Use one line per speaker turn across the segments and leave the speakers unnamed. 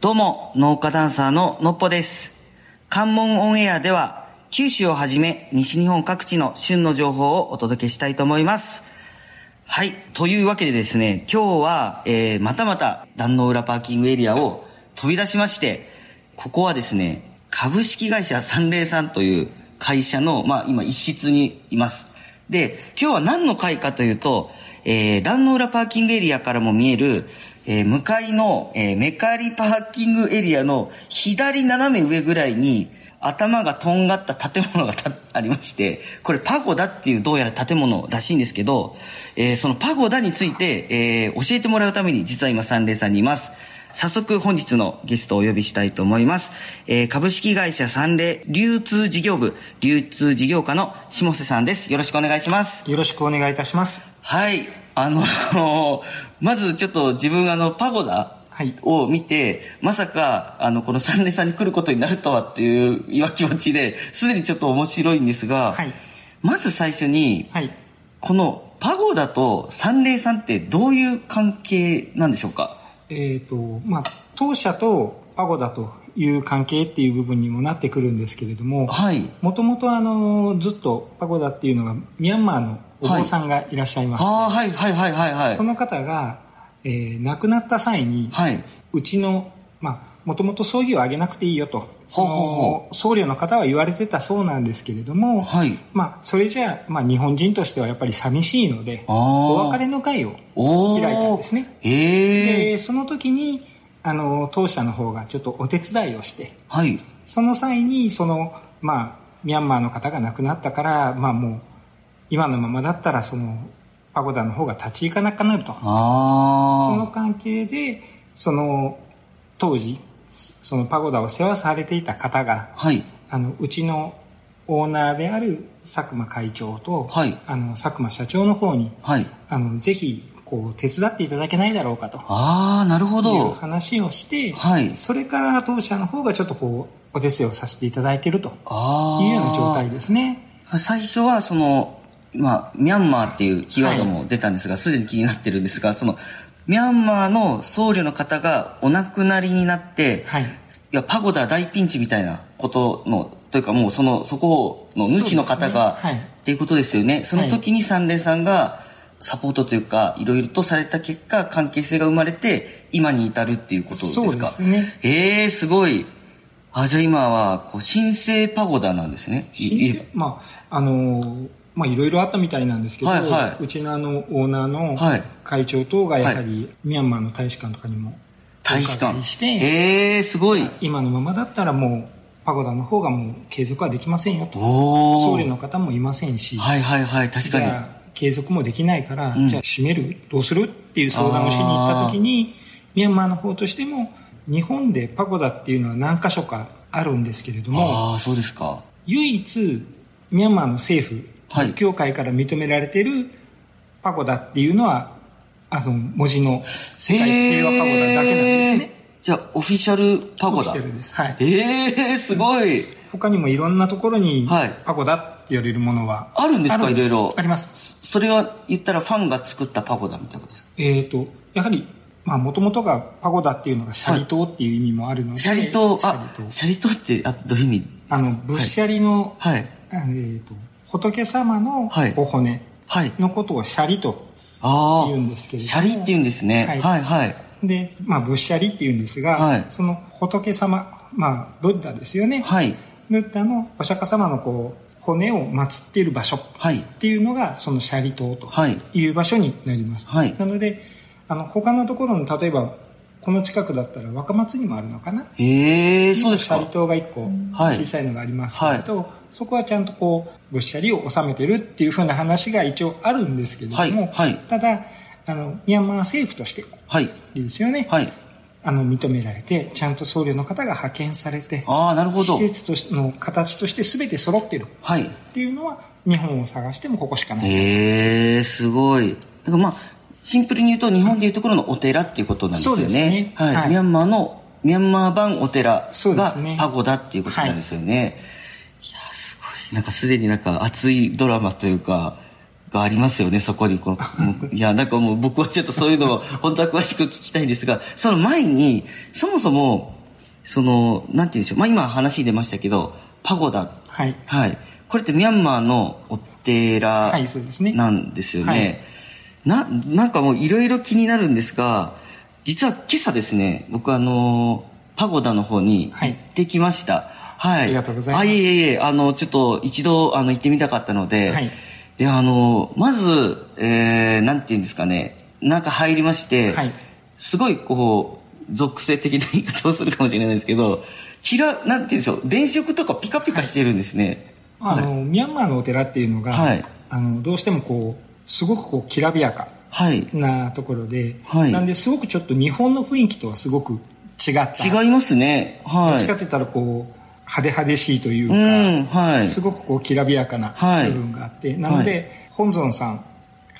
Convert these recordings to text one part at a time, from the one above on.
どうも、農家ダンサーののっぽです。関門オンエアでは、九州をはじめ、西日本各地の旬の情報をお届けしたいと思います。はい。というわけでですね、今日は、えー、またまた、壇の浦パーキングエリアを飛び出しまして、ここはですね、株式会社三0さんという会社の、まあ今一室にいます。で、今日は何の会かというと、えー、壇の浦パーキングエリアからも見える、えー、向かいの、えー、メカリパーキングエリアの左斜め上ぐらいに、頭がとんがった建物がたありまして、これパゴダっていうどうやら建物らしいんですけど、えーそのパゴダについて、えー教えてもらうために実は今三連さんにいます。早速本日のゲストをお呼びしたいと思います。えー株式会社三連流通事業部流通事業課の下瀬さんです。よろしくお願いします。
よろしくお願いいたします。
はい。あの、まずちょっと自分あの、パゴダ
はい
を見て、まさか、あの、この三連さんに来ることになるとはっていう今気持ちで、すでにちょっと面白いんですが、
はい
まず最初に、
はい。
このパゴダと三連さんってどういう関係なんでしょうか
えっ、と、まあ、当社とパゴダという関係っていう部分にもなってくるんですけれども、
はい。
もともとあの、ずっとパゴダっていうのがミャンマーのお坊さんがいらっしゃいます。
ああ、はいはいはいはいはい
そ。の方が、えー亡くなった際に、
はい。
うちの、まあ、もともと葬儀をあげなくていいよと、
ほ
そ
う
の
ほうほ
僧侶の方は言われてたそうなんですけれども、
はい。
まあ、それじゃあ、まあ、日本人としてはやっぱり寂しいので、
あー
お別れの会を
おー
開いたんですね。
へえ。
でその時にあの当社の方がちょっとお手伝いをして
はい。
その際にそのまあミャンマーの方が亡くなったからまあもう今のままだったらそのパゴダの方が立ち行かなくなるとその
あ
関係でその当時そのパゴダを世話されていた方
あ。
が
はい。
あのうちのオーナーである佐久間会長と、
はい
あの佐久間社長の方に
はい。
あのぜひこう手伝っていただけないだろうかと
ああ、なるほ
いう
ど。
話をして、
はい
それから当社の方がちょっとこうお手伝いをさせていただいていると
ああ。
いうような状態ですね
最初はその、まあ、ミャンマーっていうキーワードも出たんですが、すでに気になってるんですが、その、ミャンマーの僧侶の方がお亡くなりになって、
はい
いや、パゴダ大ピンチみたいなことの、というかもうその、そこの主の方が、
そうですねはい
っていうことですよね。その時に三連さんがサポートというか、いろいろとされた結果、関係性が生まれて、今に至るっていうことですか
そうですね
ええすごい。あ、じゃあ今は、こう、神聖パゴダなんですね。いいえば
まああのーまあいろいろあったみたいなんですけど、
はいはいう
ちのあのオーナーの
はい
会長等がやはりミャンマーの大使館とかにも
大使
お伺
館
いして
ええすごい
今のままだったらもうパゴダの方がもう継続はできませんよと
お
僧
お
侶の方もいませんし、
はいはいはい確
じ
かに
ゃあ継続もできないから、
ん
じゃあ閉めるどうするっていう相談をしに行った時にミャンマーの方としても日本でパゴダっていうのは何箇所かあるんですけれども
ああそうですか
唯一ミャンマーの政府、
はい
教会から認められてるパゴダっていうのはあの文字の世界平和パゴダだけなんです
え、
ね
ーじゃあオフィシャルパゴ
オ
ダ
フィシャルですはい
ええすごい
他にもいろんなところに
はい
パゴダって言われるものは
あるんですかいろいろ
あります
それは言ったらファンが作ったパゴダみたいなことですか
えー、と、やはり、まあ、もともとがパゴダっていうのがシャリ島っていう意味もあるので、
シャリ島
シャ
あ
リ島
シャリ島ってあどういう意味
あの、ぶっしゃりの、
はい
あのえー、と、仏様の
はい
お骨
はい
のことをシャリと、
ああ
言うんですけれども
シャリって言うんですねは
はいい
はい
で、まあ、ぶっしゃりっていうんですが、
はい
その仏様、まあ、ブッダですよね。
はい
ブッダのお釈迦様のこう、骨を祀っている場所っ
はい
ていうのが、そのシャリ島と
はい
いう場所になります。
はい
なので、あの、他のところの、例えば、この近くだったら若松にもあるのかな
ええそうです
シャ
か
リ島が1個
はい
小さいのがありますけれど、そこはちゃんとこうぶっしゃりを収めてるっていうふうな話が一応あるんですけれども、
はいはい
ただあのミャンマー政府として
はい
いいですよね、
はい
あの認められてちゃんと僧侶の方が派遣されて
ああなるほど
施設としての形として全て揃ってるっ
はい
ていうのは日本を探してもここしかない、
へえすごい。だからまあ、シンプルに言うと、日本でいうところのお寺っていうことなんですよね。
そうですね
はい。
はい
ミャンマーの、ミャンマー版お寺
そうで
が
すね
パゴダっていうことなんですよね。いやー、すごい。なんかすでになんか熱いドラマというか、がありますよね、そこにこう。いや、なんかもう僕はちょっとそういうのを 本当は詳しく聞きたいんですが、その前に、そもそも、その、なんて言うんでしょう。まあ今話に出ましたけど、パゴダ。
はい。
はい。これってミャンマーのお寺
はいそうですね
なんですよね。な、なんかもういろいろ気になるんですが、実は今朝ですね、僕あの、パゴダの方に
は
行
い
ってきました。はい。
ありがとうございます
あ、いえいえいえ、あの、ちょっと一度、あの、行ってみたかったので、
はい
で、あの、まず、えー、なんて言うんですかね、中入りまして、
はい
すごいこう、属性的な言い方をするかもしれないですけど、キラ、なんて言うんでしょう、電飾とかピカピカしてるんですね。
あの、ミャンマーのお寺っていうのが、
はい
あのどうしてもこうすごくこうきらびやか
はい。
なところで、
はい
なんですごくちょっと日本の雰囲気とはすごく違ったどっ
違いますね。は
ち
い。
かって言ったらこう派手派手しいというか、
うん、はい。
すごくこうきらびやかな
はい
部分があって、なので、
は
本尊さん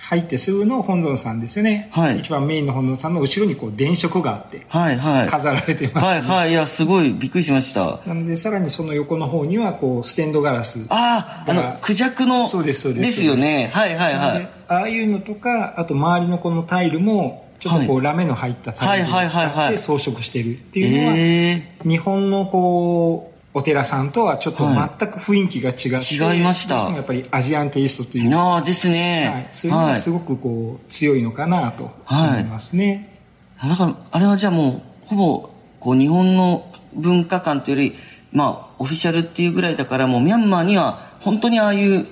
入ってすぐの本尊さんですよね、
はい
一番メインの本尊さんの後ろにこう電飾があって
はい、はい。
飾られてます、
はい、はい。いや、すごいびっくりしました。
なのでさらにその横の方にはこうステンドガラス
ああ、あ
だか
の
ら、
クジャクの、
そうですそうです
ですよね。はい、はい、は
で
い。
ああいうのとかあと周りのこのタイルもちょっとこう、ラメの入ったタイルを
はいはいはい
使っ
はい
て装飾してるっていうのは、
え
日本のこうお寺さんとはちょっと全く雰囲気が違って、
はい違いました
どうしてもやっぱりアジアンテイストと
え
いうか、
なあです
はい
ね。
そういうのがすごくこう強いのかなと思いますね、
だから、あれはじゃあもう、ほぼ、こう、日本の文化観というより、まあ、オフィシャルっていうぐらいだから、もう、ミャンマーには、本当にああいう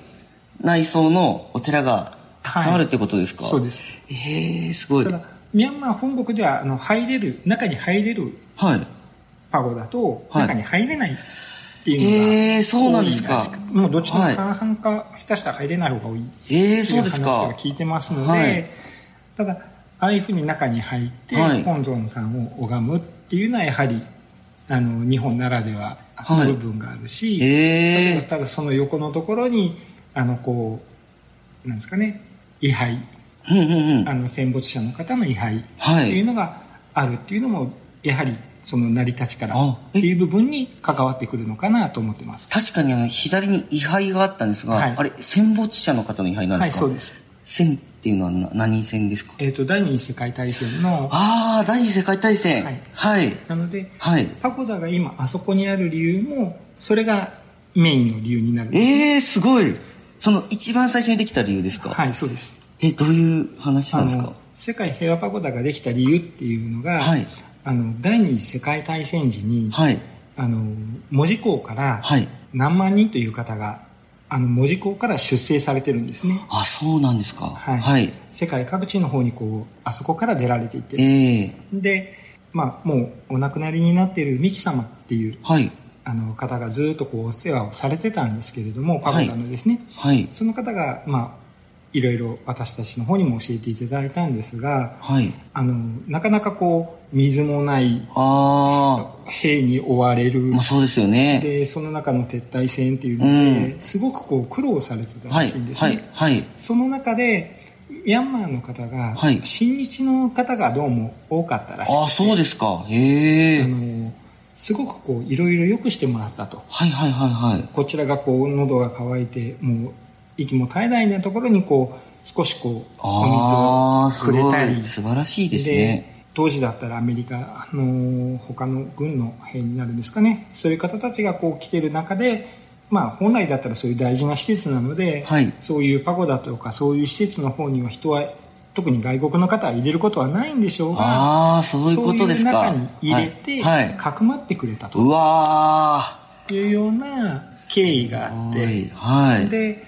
内装のお寺が、たくさんあるってことですか、
そうです
ええすごい。
た
は
だミャンマー本国ではあの入れる中に入れる
い。
パゴダと
はい
中に入れないっていうのが、
ええそうなんです
多い
か。
らしくもうどっちも
はい
半々か、下手したら入れない方が多い
ええ
ってい
そうですか
話を聞いてますので、
はい
ただああいうふうに中に入って
はい
本尊さんを拝むっていうのはやはりあの日本ならでは
は
の
い
部分があるし、
ええ
例えばただその横のところにあのこうなんですかね位牌
うんうんうん。
あの戦没者の方の位牌って
はい
いうのがあるっていうのもやはりその成り立ちから
あ
っていう部分に関わってくるのかなと思ってます。
確かにあの左に位牌があったんですが、
はい
あれ戦没者の方の位牌なんですか、
はいそうです
戦っていうのはな何戦ですか
えー、と第二次世界大戦の
ああ第二次世界大戦
はい
はい、
なので
はい
パゴダが今あそこにある理由もそれがメインの理由になるんです
ええー、すごいその一番最初にできた理由ですか、
はいそうです
えどういう話なんです
あ
か
の世界平和パゴダができた理由っていうのが、
はい
あの第二次世界大戦時に、
はい
あの門司港から
はい
何万人という方があの門司港から出征されてるんですね
あそうなんですか
はい
はい、
世界各地の方にこうあそこから出られていて
ええ
でまあもうお亡くなりになっているミキ様っていう
はい
あの方がずっとこうお世話をされてたんですけれどもパゴダのですね、
はい
その方がまあいろいろ私たちの方にも教えていただいたんですが
はい
あのなかなかこう水もない
あ
兵に追われる
あまあそうですよね
でその中の撤退戦っていうので、
う
すごくこう苦労されてた
は
ら
い
しいんです
は
ね、
いはい
その中でミャンマーの方が、
はい
親日の方がどうも多かったらしくて
ああそうですかへえ
あのすごくこういろいろ良くしてもらったと
はいはいはいはい
こちらがこう喉が渇いてもう息も絶えないようなところにこう少しこうお
あ
水をくれたり
ーすごい素晴らしいですね
当時だったらアメリカあのー他の軍の兵になるんですかねそういう方たちがこう来てる中でまあ本来だったらそういう大事な施設なので、
はい
そういうパゴダとかそういう施設の方には人は特に外国の方は入れることはないんでしょうが
ああそういうことですか
そういう中に入れて、
はい、はい
かくまってくれた
う
と
わ
いうような経緯があ
ー
っ
は
て
いはい
で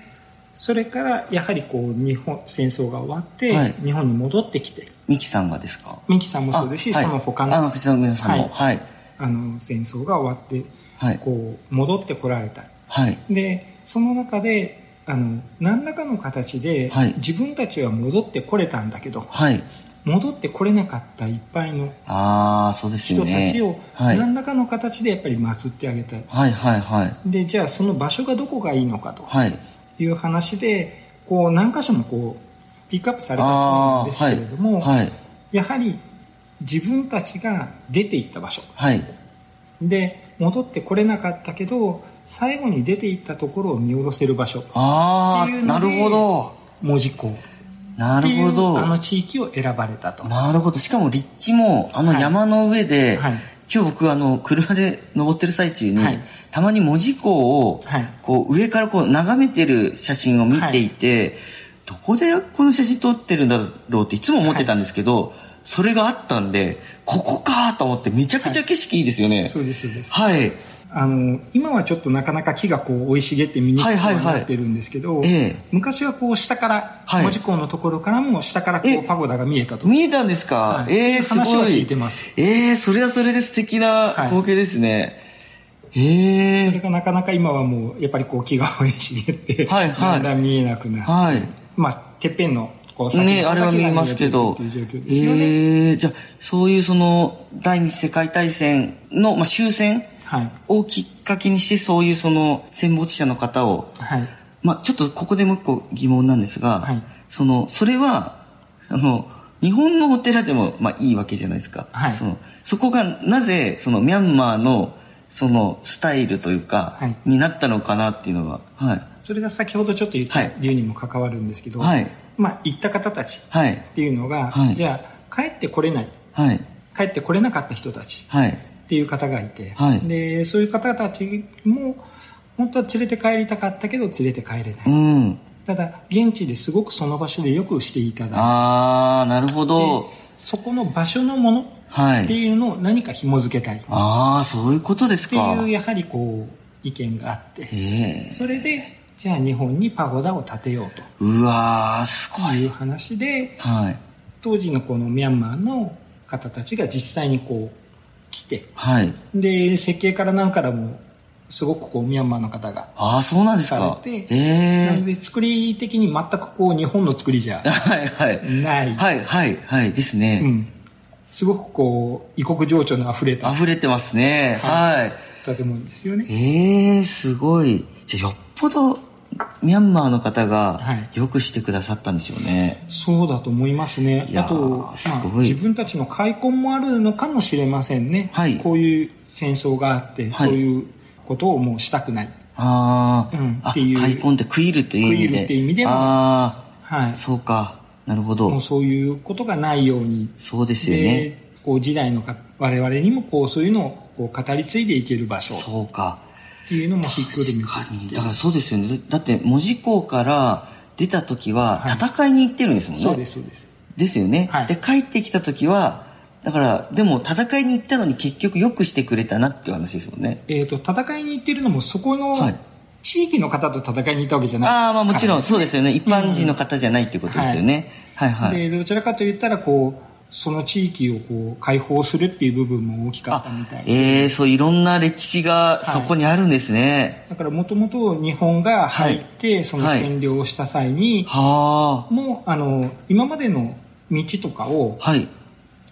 それからやはりこう日本戦争が終わって、
はい
日本に戻ってきて
ミキさんがですか
ミキさんもそうですし、
あはい
その他
あの
の
こちらの皆さんもはい
あの戦争が終わって、
はい
こう戻ってこられた
はい
でその中であの何らかの形で、
はい
自分たちは戻ってこれたんだけど
はい
戻ってこれなかったいっぱいの
ああそうですよ
人
ね
たちを
はい
何らかの形でやっぱり祀ってあげたい、
はいはいはい
でじゃあその場所がどこがいいのかと、
はい
いう話でこう何箇所もこうピックアップされたそうなんですけれども、
あーはい
やはり自分たちが出て行った場所
はい
で戻ってこれなかったけど最後に出て行ったところを見下ろせる場所
あ
ってい
あ
うの
な
で
るほど
門司港
な
って
る
い
ほ
うあの
ど。
地域を選ばれたと
なるほど。しかも立地も、あの山の上で、
はい
今日僕、あの、車で登ってる最中に、
はい
たまに門司港を、
はい
こう、上からこう、眺めてる写真を見ていて、どこでこの写真撮ってるんだろうっていつも思ってたんですけど、それがあったんで、ここかと思って、めちゃくちゃ景色いいですよね。
そうですそうです
はい。
あの今はちょっとなかなか木がこう生い茂って見にくく
はいはいはい
なってるんですけど、
ええ
昔はこう下から、
はい
門司港のところからも下からこ
え
うパゴダが見えたと
見えたんですか、
はい
ええすごい。
話は聞いてます
ええそれはそれで素敵な
はい
光景ですね。ええ
それがなかなか今はもうやっぱりこう木が生い茂って、
はいはい
だんだん見えなくなって、
はい。
まあ、てっぺんのこう
ね
の
あれは見えますけど。
という状況ですよね、
ええじゃあ、そういうその、第二次世界大戦の、まあ、終戦
はい
をきっかけにして、そういうその、戦没者の方を、
はい
まあ、ちょっとここでもう一個疑問なんですが、
はい
その、それは、あの、日本のお寺でも、まあ、いいわけじゃないですか。
はい
そのそこが、なぜ、その、ミャンマーの、その、スタイルというか、
はい
になったのかなっていうのが、はい。
それが先ほどちょっと言っ
は
た
い
理由にも関わるんですけど、
はい
まあ、行った方たち
はい。
っていうのが、
はい
じゃあ帰ってこれない
はい。
帰ってこれなかった人たち
はい。
っていう方がいて、
はい
でそういう方たちも本当は連れて帰りたかったけど連れて帰れな
う
い、
ん。
ただ現地ですごくその場所でよくしていただい
あー、なるほ
て
ど。
そこの場所のもの
は
って
い。
いうのを何か紐付けたりっ
あー、そういうことです
てい
か。
うやはりこう意見があって
ええ
それでじゃあ日本にパゴダを建てよう
うわー、すご
とい
い。
う話で
はい。
当時のこのミャンマーの方たちが実際にこう来て
はい。
で設計から何からもすごくこうミャンマーの方が
あー、そうなんですか
さ。れて
ええ
なので作り的に全くこう日本の作りじゃ
はいはい。
ない、
はいはいはいです
う
ね。
ん、すごくこう異国情緒のあふれた
溢れてますね。はい。
建物ですよね
ええー、すごい。じゃあよっぽどミャンマーの方が
はい
よくしてくださったんですよね。
そうだと思いますね
いや
あ
ー
と、ますあ、
ごい
自分たちの開墾もあるのかもしれませんね、
はい
こういう戦争があって、そういうことをもうしたくない、
ああ、
うん
あ、
っていう
開墾って食いるっていう意味で。
食いるっていう意味での
あ
は
あ、
い、
そうか。なるほ
も
ど
う。そういうことがないように
そうですよね。
こう時代のか我々にもこうそういうのをこう語り継いでいける場所
そうか。
っていうのもひっくるめ
確かに。
て
だからそうですよね。だって、門司港から出た時は戦いに行ってるんですもんね。
そうですそうです
ですよね、
はい
で帰ってきた時はだからでも戦いに行ったのに結局よくしてくれたなっていう話ですもんね
えー、と戦いに行ってるのもそこの
はい
地域の方と戦いに行ったわけじゃない、
ああまあもちろんそうですよね一般人の方じゃないっていうことですよね、はい、はい
でどちらかといったらこうその地域をこう解放するっていう部分も大きかったみたいで
ええー、そういろんな歴史がそこにあるんですね、
だからもともと日本が入ってその
はい
占領をした際に、
は
もうあの今までの道とかを
あはい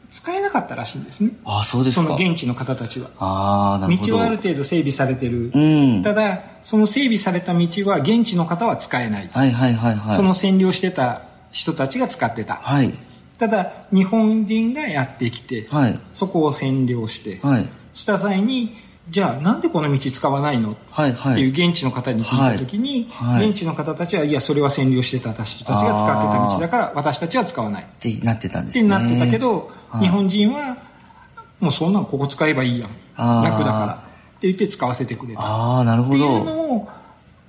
使えなかったらしいんですね
ああそうです
そ
か
の現地の方たちは
ああなるほど
道はある程度整備されてる、
うん
ただその整備された道は現地の方は使えない、
はいはいはいはい
その占領してた人たちが使ってた
はい
ただ日本人がやってきて、
はい
そこを占領して、
はい
した際にじゃあなんでこの道使わないのっ
はいは
ていう
い
現地の方に聞いた時に、
はいはい
現地の方たちはいやそれは占領してた人たちが使ってた道だから私たちは使わないっ
ってなってたんです
て
ね
なってたけど、
はい
日本人はもうそんなのここ使えばいいやん
あー
楽だからって言って使わせてくれたっ
ああなる
て
ほ
い
ど
うのを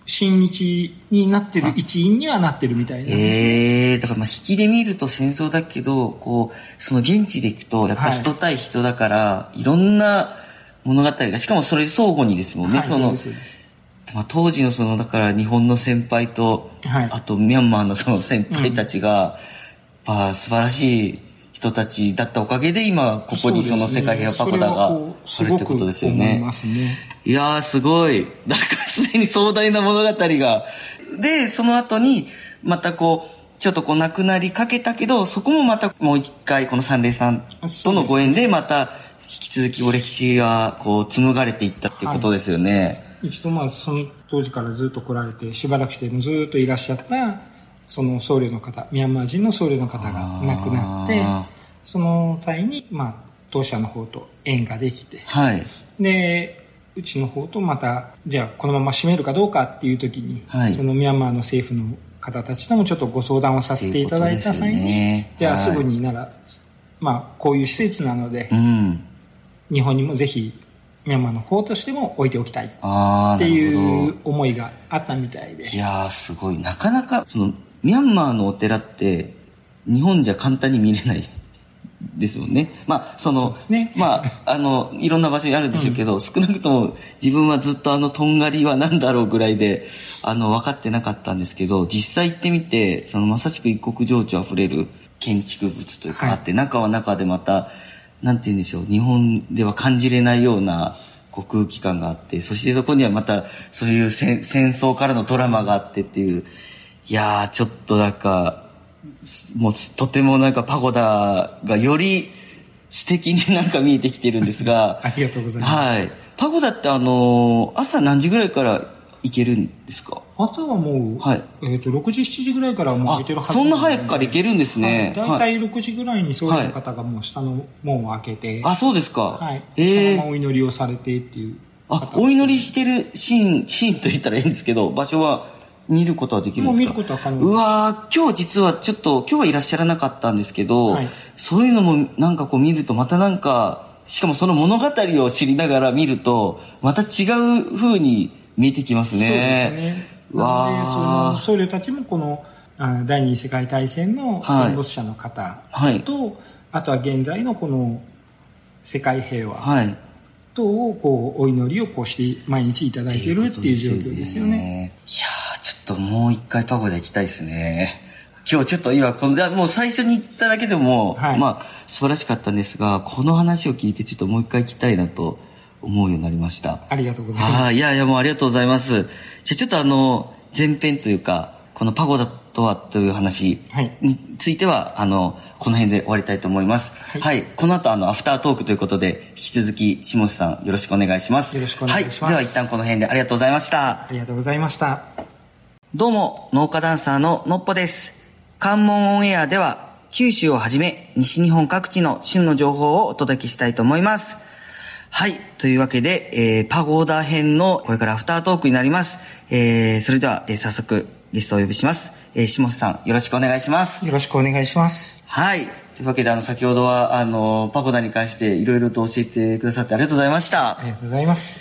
親日になってる一員にはなってるみたいなんですよ
ええだからまあ引きで見ると戦争だけど、こう、その現地で行くと、やっぱ
はい
人対人だから、い、ろんな物語が、しかもそれ相互にですもんね、
はい
そ
そう
の
です、そうです
まあ、当時のその、だから日本の先輩と、
はい
あとミャンマーのその先輩たちが、まあ素晴らしい人たちだったおかげで今、ここにその世界平和パコダがあ
それ
るっ
はこう
てことですよ
すごく思い
ね。
ますね
いやーすごい。なんかすでに壮大な物語が。で、その後に、またこう、ちょっとこう亡くなりかけたけど、そこもまたもう一回この三霊さんとのご縁で、また引き続きお歴史がこう紡がれていったっていうことですよね。
一度まあその当時からずっと来られてしばらくしてずっといらっしゃったその僧侶の方ミャンマー人の僧侶の方が亡くなって
あー
その際にまあ当社の方と縁ができて
はい。
でうちの方とまたじゃあこのまま閉めるかどうかっていう時に、
はい
そのミャンマーの政府の方たちともちょっとご相談をさせていただいた際に、
ね、
じゃあすぐ
に、
になら、まあ、こういう施設なので、
うん、
日本にもぜひミャンマーの方としても置いておきたいっ
ああ
てい
なる
う思いがあったみたいで
ほどいやーすごいなかなかそのミャンマーのお寺って日本じゃ簡単に見れない ですもんねまあその
そうですね
まああのいろんな場所にあるでしょうけど、少なくとも自分はずっとあのとんがりは何だろうぐらいであの分かってなかったんですけど実際行ってみてそのまさしく一国情緒あふれる建築物というか、
はい
あって中は中でまたなんて言うんでしょう日本では感じれないようなこう空気感があってそしてそこにはまたそういう戦戦争からのドラマがあってっていういやーちょっとなんかすもうとてもなんかパゴダがより素敵になんか見えてきてるんです が
ありがとうございます
はいパゴダってあのー朝何時ぐらいから行けるんですか
あとはもう、
はい
えー、と6時7時ぐらいからはもう空いてるはず
そんな早くから行けるんですね
はい
は
大
い
体6時ぐらいにそういう方がもう下の門を開けて、
あそうですか
はい
ええ
そのままお祈りをされてっていう
あ、
方
お祈りしてるシーン、シーンと言ったらいいんですけど、場所は見ることはできるんですか
もう見ることは可能です
うわー今日実はちょっと、今日はいらっしゃらなかったんですけど、
はい
そういうのもなんかこう見ると、またなんか、しかもその物語を知りながら見ると、また違う風に見えてきます
そうです
ね。
ね
うわ
なのでその
ー
僧侶たちもこのあ第二次世界大戦の
はい
戦没者の方
はい
と、あとは現在のこの世界平和
はい。
等をこうお祈りをこうして毎日いただいてるっていう状況ですよ
いや
ね。
ーちょっともう一回パゴダ行きたいですね今日ちょっと今このあもう最初に行っただけでも、
はい
まあ素晴らしかったんですがこの話を聞いてちょっともう一回行きたいなと思うようになりました
ありがとうございます。
はい、いやいや、もうありがとうございます。じゃあちょっとあの、前編というか、このパゴダとはという話
はい
については、あの、この辺で終わりたいと思います。はいい、この後あの、アフタートークということで、引き続き、下地さんよろしくお願いします。
よろしくお願いします
はい、では一旦この辺でありがとうございました。
ありがとうございました。
どうも、農家ダンサーののっぽです。関門オンエアでは、九州をはじめ、西日本各地の旬の情報をお届けしたいと思います。はい。というわけで、えー、パゴーダ編の、これからアフタートークになります。えー、それでは、えー早速、ゲストをお呼びします。えー、下地さん、よろしくお願いします。
よろしくお願いします。
はい。というわけで、あの、先ほどは、あの、パゴダに関して、いろいろと教えてくださってありがとうございました
あ。りがとうございます。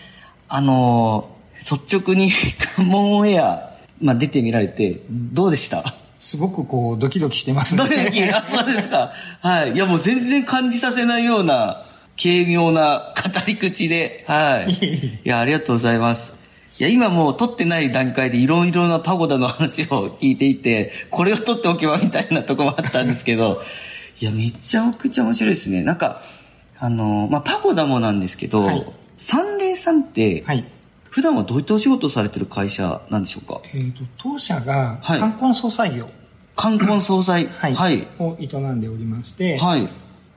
あのー率直に 関門オンエア、まあ、出てみられて、どうでした
すごくこうドキドキしてます
ド
ね。
キドキ、あ、そうですか。はい。いや、もう全然感じさせないような、軽妙な語り口で、はい。いや、ありがとうございます。いや、今もう撮ってない段階でいろいろなパゴダの話を聞いていて、これを撮っておけばみたいなとこもあったんですけど、 いや、めちゃくちゃ面白いですね。なんか、あのー、まあ、パゴダもなんですけど、
はい
三菱さんって、
はい。
普段はどういったお仕事をされてる会社なんでしょうか
えっ、と当社が
はい
冠婚葬祭業、
冠婚葬祭。
はい
はい。
を営んでおりまして、
はい。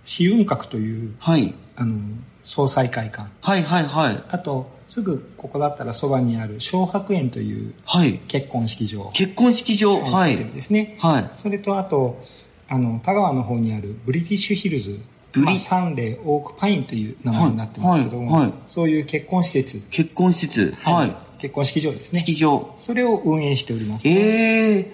紫雲閣という
はい。
あの総裁会館
はいはいはい。
あとすぐここだったらそばにある小白園という
はい。
結婚式場
結婚式場。は
ホテ
い
ル。ですね、
はい。
それとあとあの田川の方にあるブリティッシュヒルズ
ブリ
まあ、サンレーオークパインという名前になってますけども、
はいはいはい
そういう結婚施設、
結婚施設。はい。
結婚式場ですね
式場。
それを運営しております、
ええ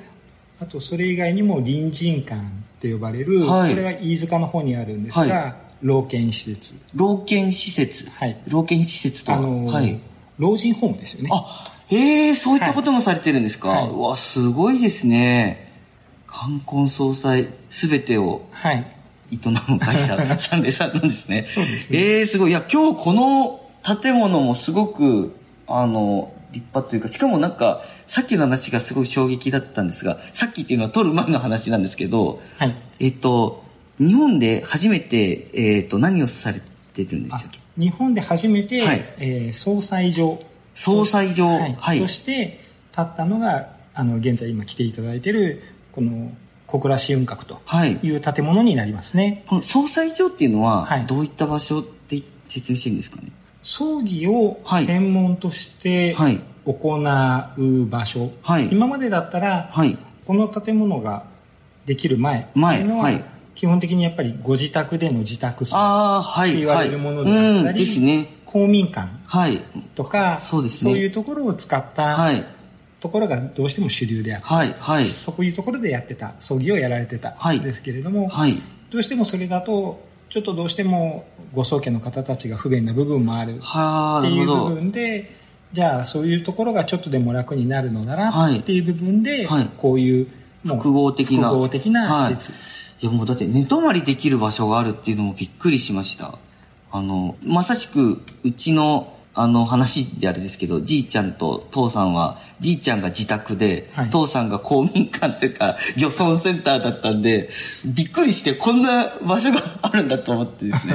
あとそれ以外にも隣人館って呼ばれる、
はい
これは飯塚の方にあるんですが、
は
老犬施設
老犬施設。
はい
老犬施設と
あ
は。
の、
はい。
老人ホームですよね
あ、ええそういったこともされてるんですか、
はいう
わ、すごいですね。冠婚葬祭、すべてを
はい
営む会社、サンデーさんなんですね。
そうです
ね。ええすごい。いや、今日この建物もすごく、あの、立派というか、しかもなんか、さっきの話がすごい衝撃だったんですが、さっきっていうのは撮る前の話なんですけど、
はい
えっと、日本で初めて、えっと、何をされてるんでしたっけ
日本で初めて、
はい
えー総裁場
総裁場。
はい
はい。
として立ったのがあの現在今来ていただいてるこの小倉市雲閣と
はい。
いう建物になりますね
この総裁場っていうの
は
は、
い
どういった場所って説明してるんですかね
葬儀を
はい
専門として
はい
行う場所、
はい
今までだったら、
はい。
この建物ができる前
前
っていうのは、
はい
基本的にやっぱりご自宅での自宅葬
ああ、はい。
って言われるものであったり
はいうん、ですね。
公民館
はい。
とか
そうですね
いうところを使っ
は
た
い。
ところがどうしても主流であって、
はい、はい。
そういうところでやってた葬儀をやられてた
はい
んですけれども、
はい。
どうしてもそれだとちょっとどうしてもご宗家の方たちが不便な部分もある
はあ、
っ
な
て
る
い
ほ
う部
ど。
分でじゃあそういうところがちょっとでも楽になるのなら
はい
っていう部分で、
はい
こういうもう
複合的な。
複合的な施設、
はいいやもうだって寝泊まりできる場所があるっていうのもびっくりしました。あの、まさしくうちのあの話であれですけど、じいちゃんと父さんは、じいちゃんが自宅で、
はい
父さんが公民館というか漁村センターだったんで、びっくりしてこんな場所があるんだと思ってです ね。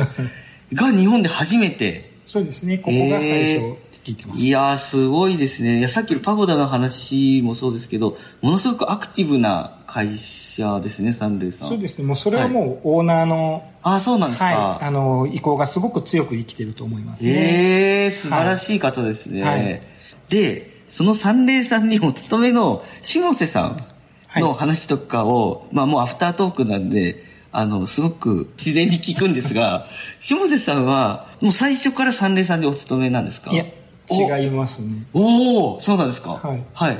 が日本で初めて
そうですねここが最初聞いてます、
いやー、すごいですね。いや、さっきのパゴダの話もそうですけど、ものすごくアクティブな会社ですね、サンレイさん。
そうですねもうそれはもうオーナーの,、
ああ、そうなんですか。
はいあの意向がすごく強く生きてると思いますね、
ええー、素晴らしい方ですね。
はい
で、その三霊さんにお勤めの下瀬さんの話とかを、まあもうアフタートークなんで、あの、すごく自然に聞くんです が、下瀬さんは、もう最初から三霊さんでお勤めなんですか
いや違いますね
おおーそうなんですか
はい
はい。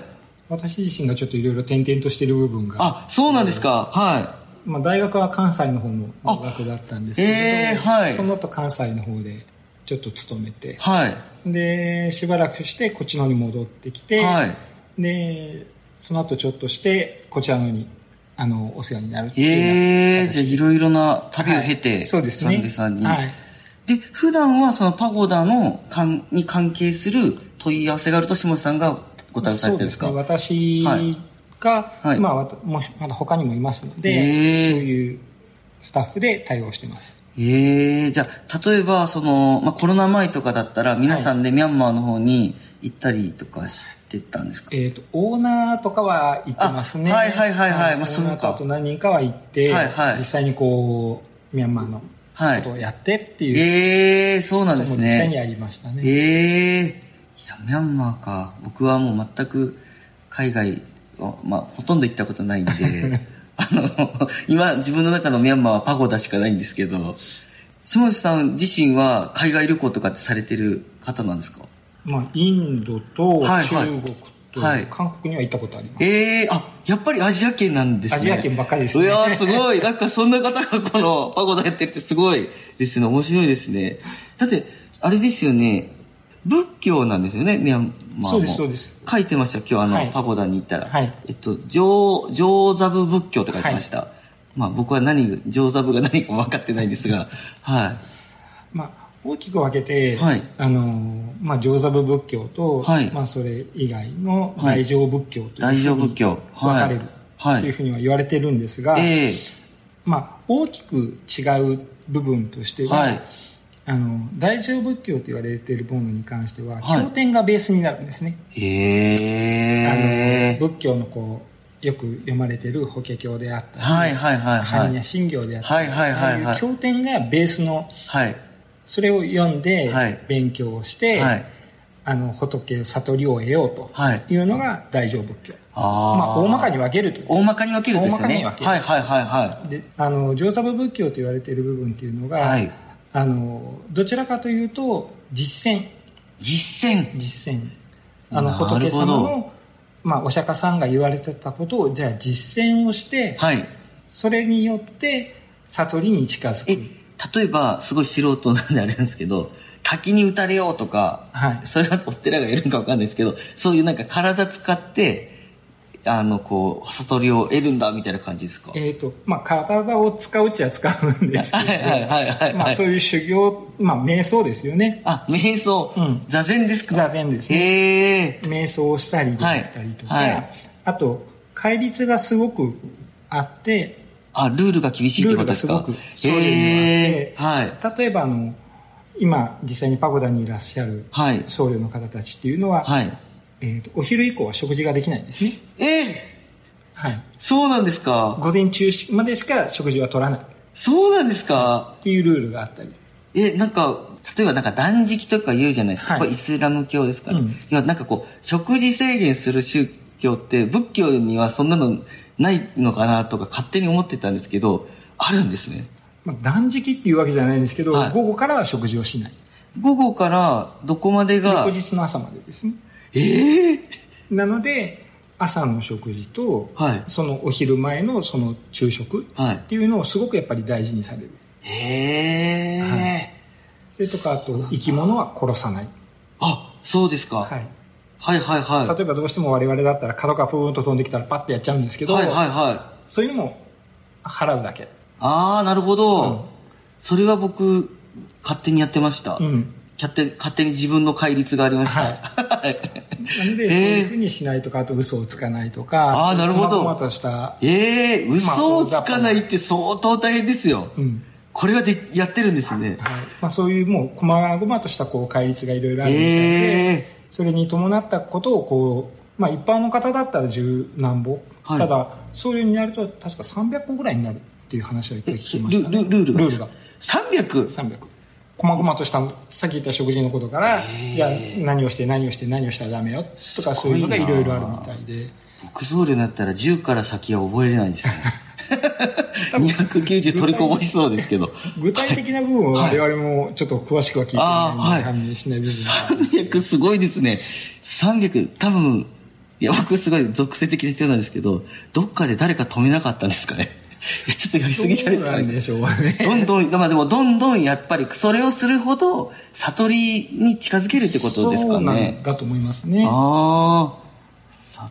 私自身がちょっといろいろ転々としてる部分が、
あ、そうなんですか。は
まあ、大学は関西の方の大学だったんですけれど、
えーはい
その後関西の方でちょっと勤めて
い。はい。
でしばらくしてこっちの方に戻ってきて、
はい
でその後ちょっとしてこちらの方にあのお世話になるっていう
え
よ
え
う
ー、
な
じゃあいろいろな旅を経
は
て、
いそうですね
サンデさんに。
はい
で、普段はそのパゴダの関に関係する問い合わせがあると、下地さんがご対応されてるんですか
そうですね私が、
はい
まあ、わたもうまだ他にもいますので、
えー
そういうスタッフで対応してます
ええー、じゃあ例えばその、まあ、コロナ前とかだったら皆さんでミャンマーの方に行ったりとかしてたんですか、
えー、とオーナーとかは行ってますね
あはいはいはいはいまあ
オ
そ
ー
うか
ナーとあと何人かは行って、
はいはい
実際にこうミャンマーの
はい
ことをやってっていう
ええー、そうな
こ
ん
と
で
も
す
実際
ね
にやりましたね、
ええいや、ミャンマーか。僕はもう全く海外は、まあ、ほとんど行ったことないんで、あの、今、自分の中のミャンマーはパゴダしかないんですけど、下地さん自身は海外旅行とかってされてる方なんですか
まあ、インドと
はいはい
中国と
はい
韓国には行ったことあります、
ええあ、やっぱりアジア圏なんですね。
アジア圏ばっかりです
い
ね
やーすごい。なんかそんな方がこの パゴダやってるってすごいですね。面白いですね。だって、あれですよね。仏教なんですよね、ミャンマーも。
そうですそうです。
書いてました、今日あの、
はい
パゴダに行ったら。
はい
えっと、上、上座部仏教とか言ってました。まあ僕は何、上座部が何かも分かってないんです が、はい。
まあ、大きく分けて、
はい
あのーまあ、上座部仏教と、
はい
まあ、それ以外の
はい
大乗仏教という
大
ふ
乗
うに
仏教。
分かれる、
はい。
とい
はい
うふうには言われてるんですが、
ええ
まあ、大きく違う部分としては、
はい。
あの大乗仏教と言われているものに関しては、
はい
経典がベースになるんですね、
へえ
あの仏教のこうよく読まれてる法華経であったり、
はいはいはいは
般
い
若。心経であったり、
はいはいはいはい
ああいう経典がベースの
はい。
それを読んで
はい
勉強をして、
はい。
あの仏悟りを得ようと
はい
いうのが大乗仏教、
あ
まあ、大まか
に。
に分けるという
大まかに分けるんですよね。
大まかに分ける
はいはいはいは
であの上座部仏教と言われている部分っていうのが、
はい
あのどちらかというと実践
い。実践。
実践あの
なるほど
仏様の、まあ、お釈迦さんが言われてたことをじゃあ実践をして、
はい。
それによって悟りに近づ
え、
く
例えば、すごい素人なんであれなんですけど、滝に打たれようとか、
はい
それはお寺がいるのか分かんないですけど、そういうなんか体使って、あの、こう、悟りを得るんだみたいな感じですか
えーとまあ、体を使うっちゃ使うんですけ
は
ど
いはいはいはいはい
まあ、そういう修行、まあ、瞑想ですよね
あ、瞑想。
うん
座禅ですか
座禅ですね
へえ。
瞑想をしたりだったりとか、
はいはい
あと戒律がすごくあって
あ、ルールが厳しいってことですか
ルールがすごくそういうの
へえ。はい。
例えばあの今実際にパゴダにいらっしゃる
はい。
僧侶の方たちっていうのは、
はい。
えーとお昼以降は食事ができないんですね、
え
はい、
そうなんですか
午前中までしか食事は取らないっ
そうなんですか
ていうルールがあったり
え、なんか、例えばなんか断食とか言うじゃないですか。
はい
これイスラム教ですから、
うん
いや、なんかこう、食事制限する宗教って仏教にはそんなのないのかなとか勝手に思ってたんですけど、あるんですね。
まあ、断食っていうわけじゃないんですけど、
はい
午後からは食事をしない
午後からどこまでが
翌、日の朝までですね
ええ
なので朝の食事と、
はい
そのお昼前のその昼食っ
はい
ていうのをすごくやっぱり大事にされる
へえ、
それとかあと生き物は殺さない、
あそうですか、
はい、
はいはいはい
例えばどうしても我々だったら角がプーンと飛んできたらパッてやっちゃうんですけど、
はいはいはい
そういうのも払うだけ
ああなるほど、
うん
それは僕勝手にやってました、
うん
勝手勝手に自分の戒律がありました、
は
はい
なのでそういうふうにしないとかあと嘘をつかないとか
あーなるほど
まとした
ええ
まあ
嘘をつかないって相当大変ですよ、
うん
これがでやってるんですね、
はいまあ、そういうもう細々としたこう戒律がいろいろあるみたいで、
ええ
それに伴ったことをこう、まあ、一般の方だったら十何歩、
はい
ただそれになると確か300歩ぐらいになるっていう話を一回聞きま
ル
したね
ルルールが
ルールが
300
300細々としたさっき言った食事のことから、じゃあ何をして何をして何をしたらダメよとかそういうのがいろいろあるみたいで
僕僧侶になったら10から先は覚えれない ですね290取りこぼしそうですけ ど
具体的な部分は我々もちょっと詳しくは聞いて
ああは
ないい感じしない部分が
300すごいですね300多分いや僕すごい属性的な人なんですけどどっかで誰か止めなかったんですかねいやちょっとやりすぎじゃないですか
どうなん
ね
でしょうね
どんどん、まあでもどんどんやっぱりそれをするほど悟りに近づけるってことです
そ
か
うなん
ね。
だと思いますね
ああ、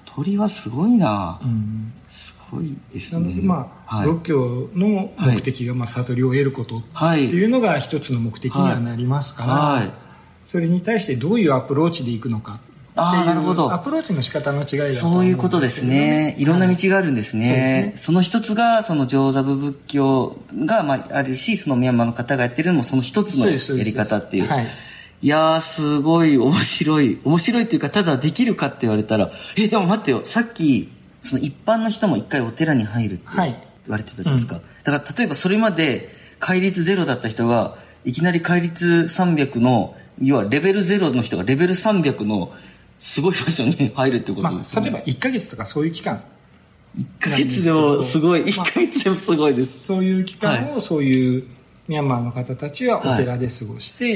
悟りはすごいな。
うん
すごいです
なの
ね
で。まあ、
はい、
仏教の目的が、まあ、悟りを得ることって
はい
いうのが一つの目的にはなりますから、
はい。
それに対してどういうアプローチでいくのかって
ああ、ないるほ
うア
ど。
プローチの仕方の違いだと
そういうことですね。いろんな道があるんです
そうです
ね
ね。
その一つが、その上座部仏教が、まあ、あるし、そのミャンマーの方がやってるのもその一つの
そう
や
ですそうです
り方っていう。
はい
いやー、すごい面白い。面白いっていうか、ただできるかって言われたら、え、でも待ってよ、さっき、その一般の人も一回お寺に入るって
は
言
い
われてたじゃないですか。だから、例えばそれまで、戒律ゼロだった人が、いきなり戒律300の、要はレベルゼロの人がレベル300の、すごい場所に入るってこ
ま
とです
あ、
よ
例
ね。
えば1ヶ月とかそういう期間
1ヶ月でもすごい、1
まあ
ヶ月でもすごいです。
そういう期間をそういうミャンマーの方たちはお寺で過ごして、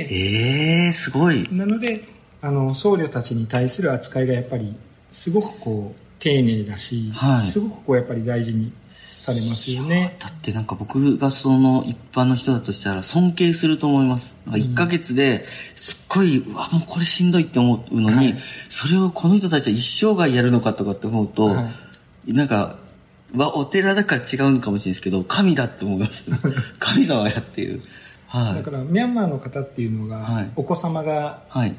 えー、すごい。
なのであの僧侶たちに対する扱いがやっぱりすごくこう丁寧だし、
はい
すごくこうやっぱり大事にされますよね
だってなんか僕がその一般の人だとしたら尊敬すると思います。なんか1ヶ月ですっごい、うわ、もうこれしんどいって思うのに、それをこの人たちは一生涯やるのかとかって思うと、
は
なんか、わ、お寺だから違うのかもしれないですけど、神だって思い ます。神様やっていう。は
だ
い
か。らミャンマーの方っていうのが、
はい
お子様が
はい。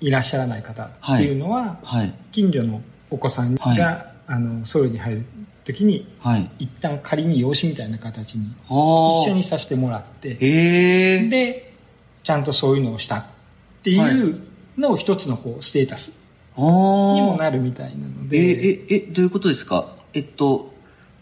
いらっしゃらない方っていうのは、
はい。
近所のお子さんが、
はい
あの僧侶に入る時に
はい。
一旦仮に養子みたいな形に
はあ
一緒にさせてもらって
へえ。
でちゃんとそういうのをしたっていうのを一つのこうステータス
あー
にもなるみたいなの
え
で、
ー、え、え、どういうことですかえっと、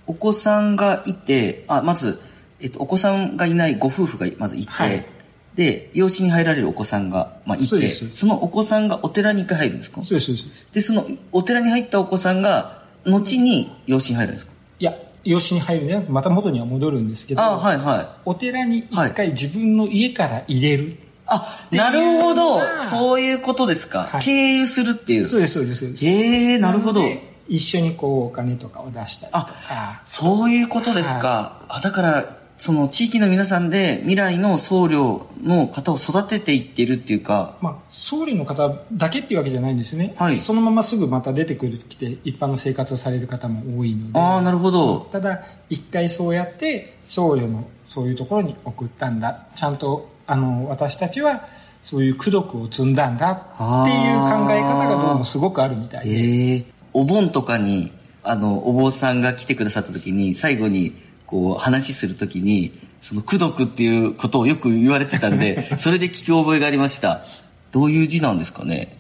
お子さんがいて、あ、まず、えっと、お子さんがいないご夫婦がまずいて、
はい
で、養子に入られるお子さんが、まあ、いて、
そうです
そのお子さんがお寺に一回入るんですか
そうですそうです
で、そのお寺に入ったお子さんが、後に養子に入るんですか
いや養子に入るんじゃなくてまた元には戻るんですけど、
あ、はいはい。
お寺に一回自分の家から入れる、
あ、
ていう
なるほ
よう
ど。
な
そういうことですか。
はい
経由するっていう。
そうですそうですそうです
えー、なるほど。
ので一緒にこうお金とかを出したりとか
そういうことですか。あだから、その地域の皆さんで未来の僧侶の方を育てていってるっていうか、
まあ、総理の方だけっていうわけじゃないんですよね、
はい
そのまますぐまた出てくるきて一般の生活をされる方も多いので
ああ、なるほど。
ただ一回そうやって僧侶のそういうところに送ったんだちゃんとあの私たちはそういう功徳を積んだんだっていう考え方がどうもすごくあるみたいで、
ええお盆とかに、あの、お坊さんが来てくださった時に、最後に、こう、話する時に、その、功徳っていうことをよく言われてたんで、それで聞き覚えがありました。どういう字なんですかね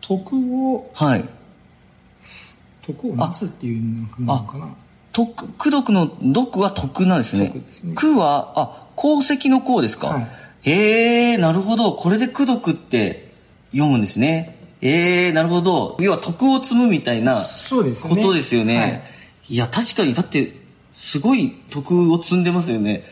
徳を
はい。
徳を待つっていうのかなのかな
徳、功徳の徳は徳なんですね
徳です。ね
功は、あ、功績の功ですか。
はい
へえ、なるほど。これで功徳って読むんですね。ええ、なるほど。要は徳を積むみたいな
そうですね
ことですよね。
はい
い、や、確かに、だって、すごい徳を積んでますよね。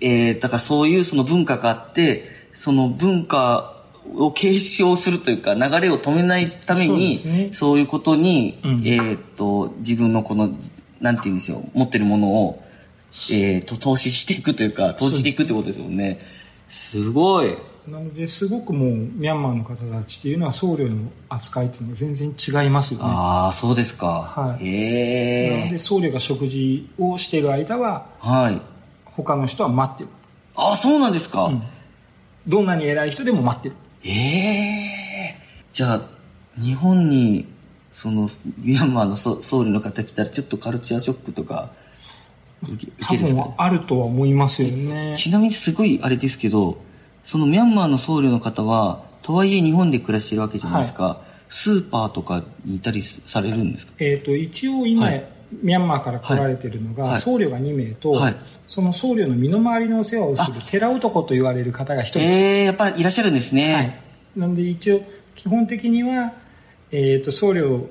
えー、だからそういうその文化があって、その文化を継承するというか流れを止めないために
そ
そうう,、
ですね
いうことに、
うん
えーっと自分のこのじなんて言うんでしょう持ってるものを、えーっと投資していくというか投資していくってことですもんねすごい
なのですごくもうミャンマーの方たちっていうのは僧侶の扱いっていうのは全然違いますよね
ああそうですか、
はいなの
へ
で
え
僧侶が食事をしている間は
はい
他の人は待ってる
ああそうなんですか、
どんなに偉い人でも待ってる
ええじゃあ、日本に、その、ミャンマーのそ総理の方来たら、ちょっとカルチャーショックとか、受け受
多
けるんです
分
かね
あるとは思いますよね
ちなみにすごいあれですけど、そのミャンマーの僧侶の方は、とはいえ日本で暮らしてるわけじゃないですか、スーパーとかにいたりすされるんですか
えー、と一応今、
はい
ミャンマーから来られてるのが、
はい
僧侶が2名と、
はい
その僧侶の身の回りのお世話をする寺男と言われる方が1人、
ええやっぱりいらっしゃるんですね。
はい、なんで一応基本的には、えー、と僧侶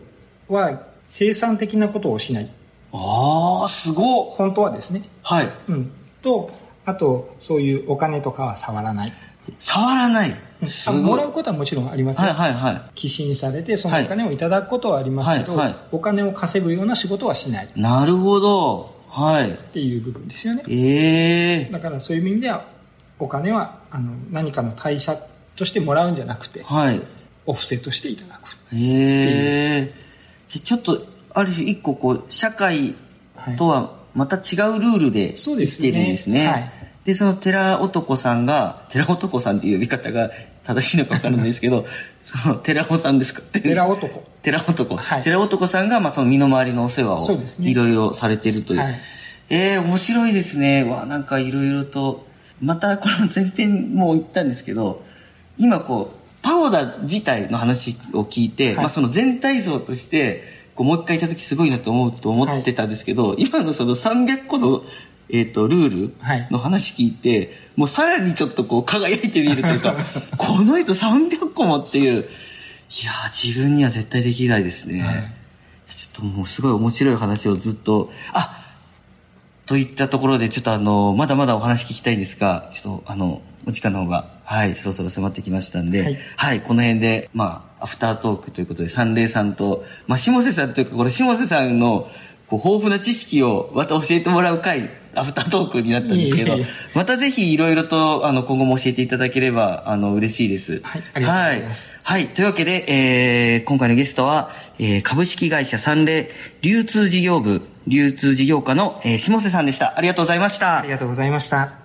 は生産的なことをしない
ああ、すごっ
本当はですね、
はい。
うん、とあとそういうお金とかは触らない
触らない。す
あ
ごい。
もらうことはもちろんありますよ、
はいはいはい。
寄進されてその
はい
お金をいただくことはありますけど、
はいはい
お金を稼ぐような仕事はしないっ
なるほど。はい。
ていう部分ですよね
ええ
だからそういう意味ではお金はあの何かの代謝としてもらうんじゃなくて
はい。
お布施としていただく
へえ。じゃあちょっと、ある種一個こう、社会とはまた違うルールで
そう
生
で
き
す
て
ね
るんですね。で
はい
その寺男さんが、寺男さんっていう呼び方が正しいのか分からないですけ ど、その寺尾さんですか
寺男
寺男、
はい
寺男さんがまあその身の回りのお世話
そう
を
ですね
いろいろされてるという
はい
えー、面白いですねわあなんかいろいろとまたこの前編も言ったんですけど今こうパゴダ自体の話を聞いて、
い
まあ、その全体像としてこうもう一回行った時すごいなと思うと思ってたんですけど、今のその300個の、えー、とルー
はい
ルの話聞いて、もうさらにちょっとこう輝いて見えるという かこの人300個もっていう。いやー自分には絶対できないですね、ちょっともうすごい面白い話をずっとあといったところでちょっとあのまだまだお話聞きたいんですがちょっとあのお時間の方がはいそろそろ迫ってきましたんで
は
はいい、この辺でまあアフタートークということで三霊さんと、まあ、下瀬さんというかこれ下瀬さんのこう豊富な知識をまた教えてもらう回アフタートークになったんですけど
いえいえ
またぜひいろいろとあの今後も教えていただければあの嬉しいです
はいありがとうございます
はい。はいというわけで、えー今回のゲストは、えー株式会社三例流通事業部流通事業課の、えー下瀬さんでした。ありがとうございました
あり。がとうございました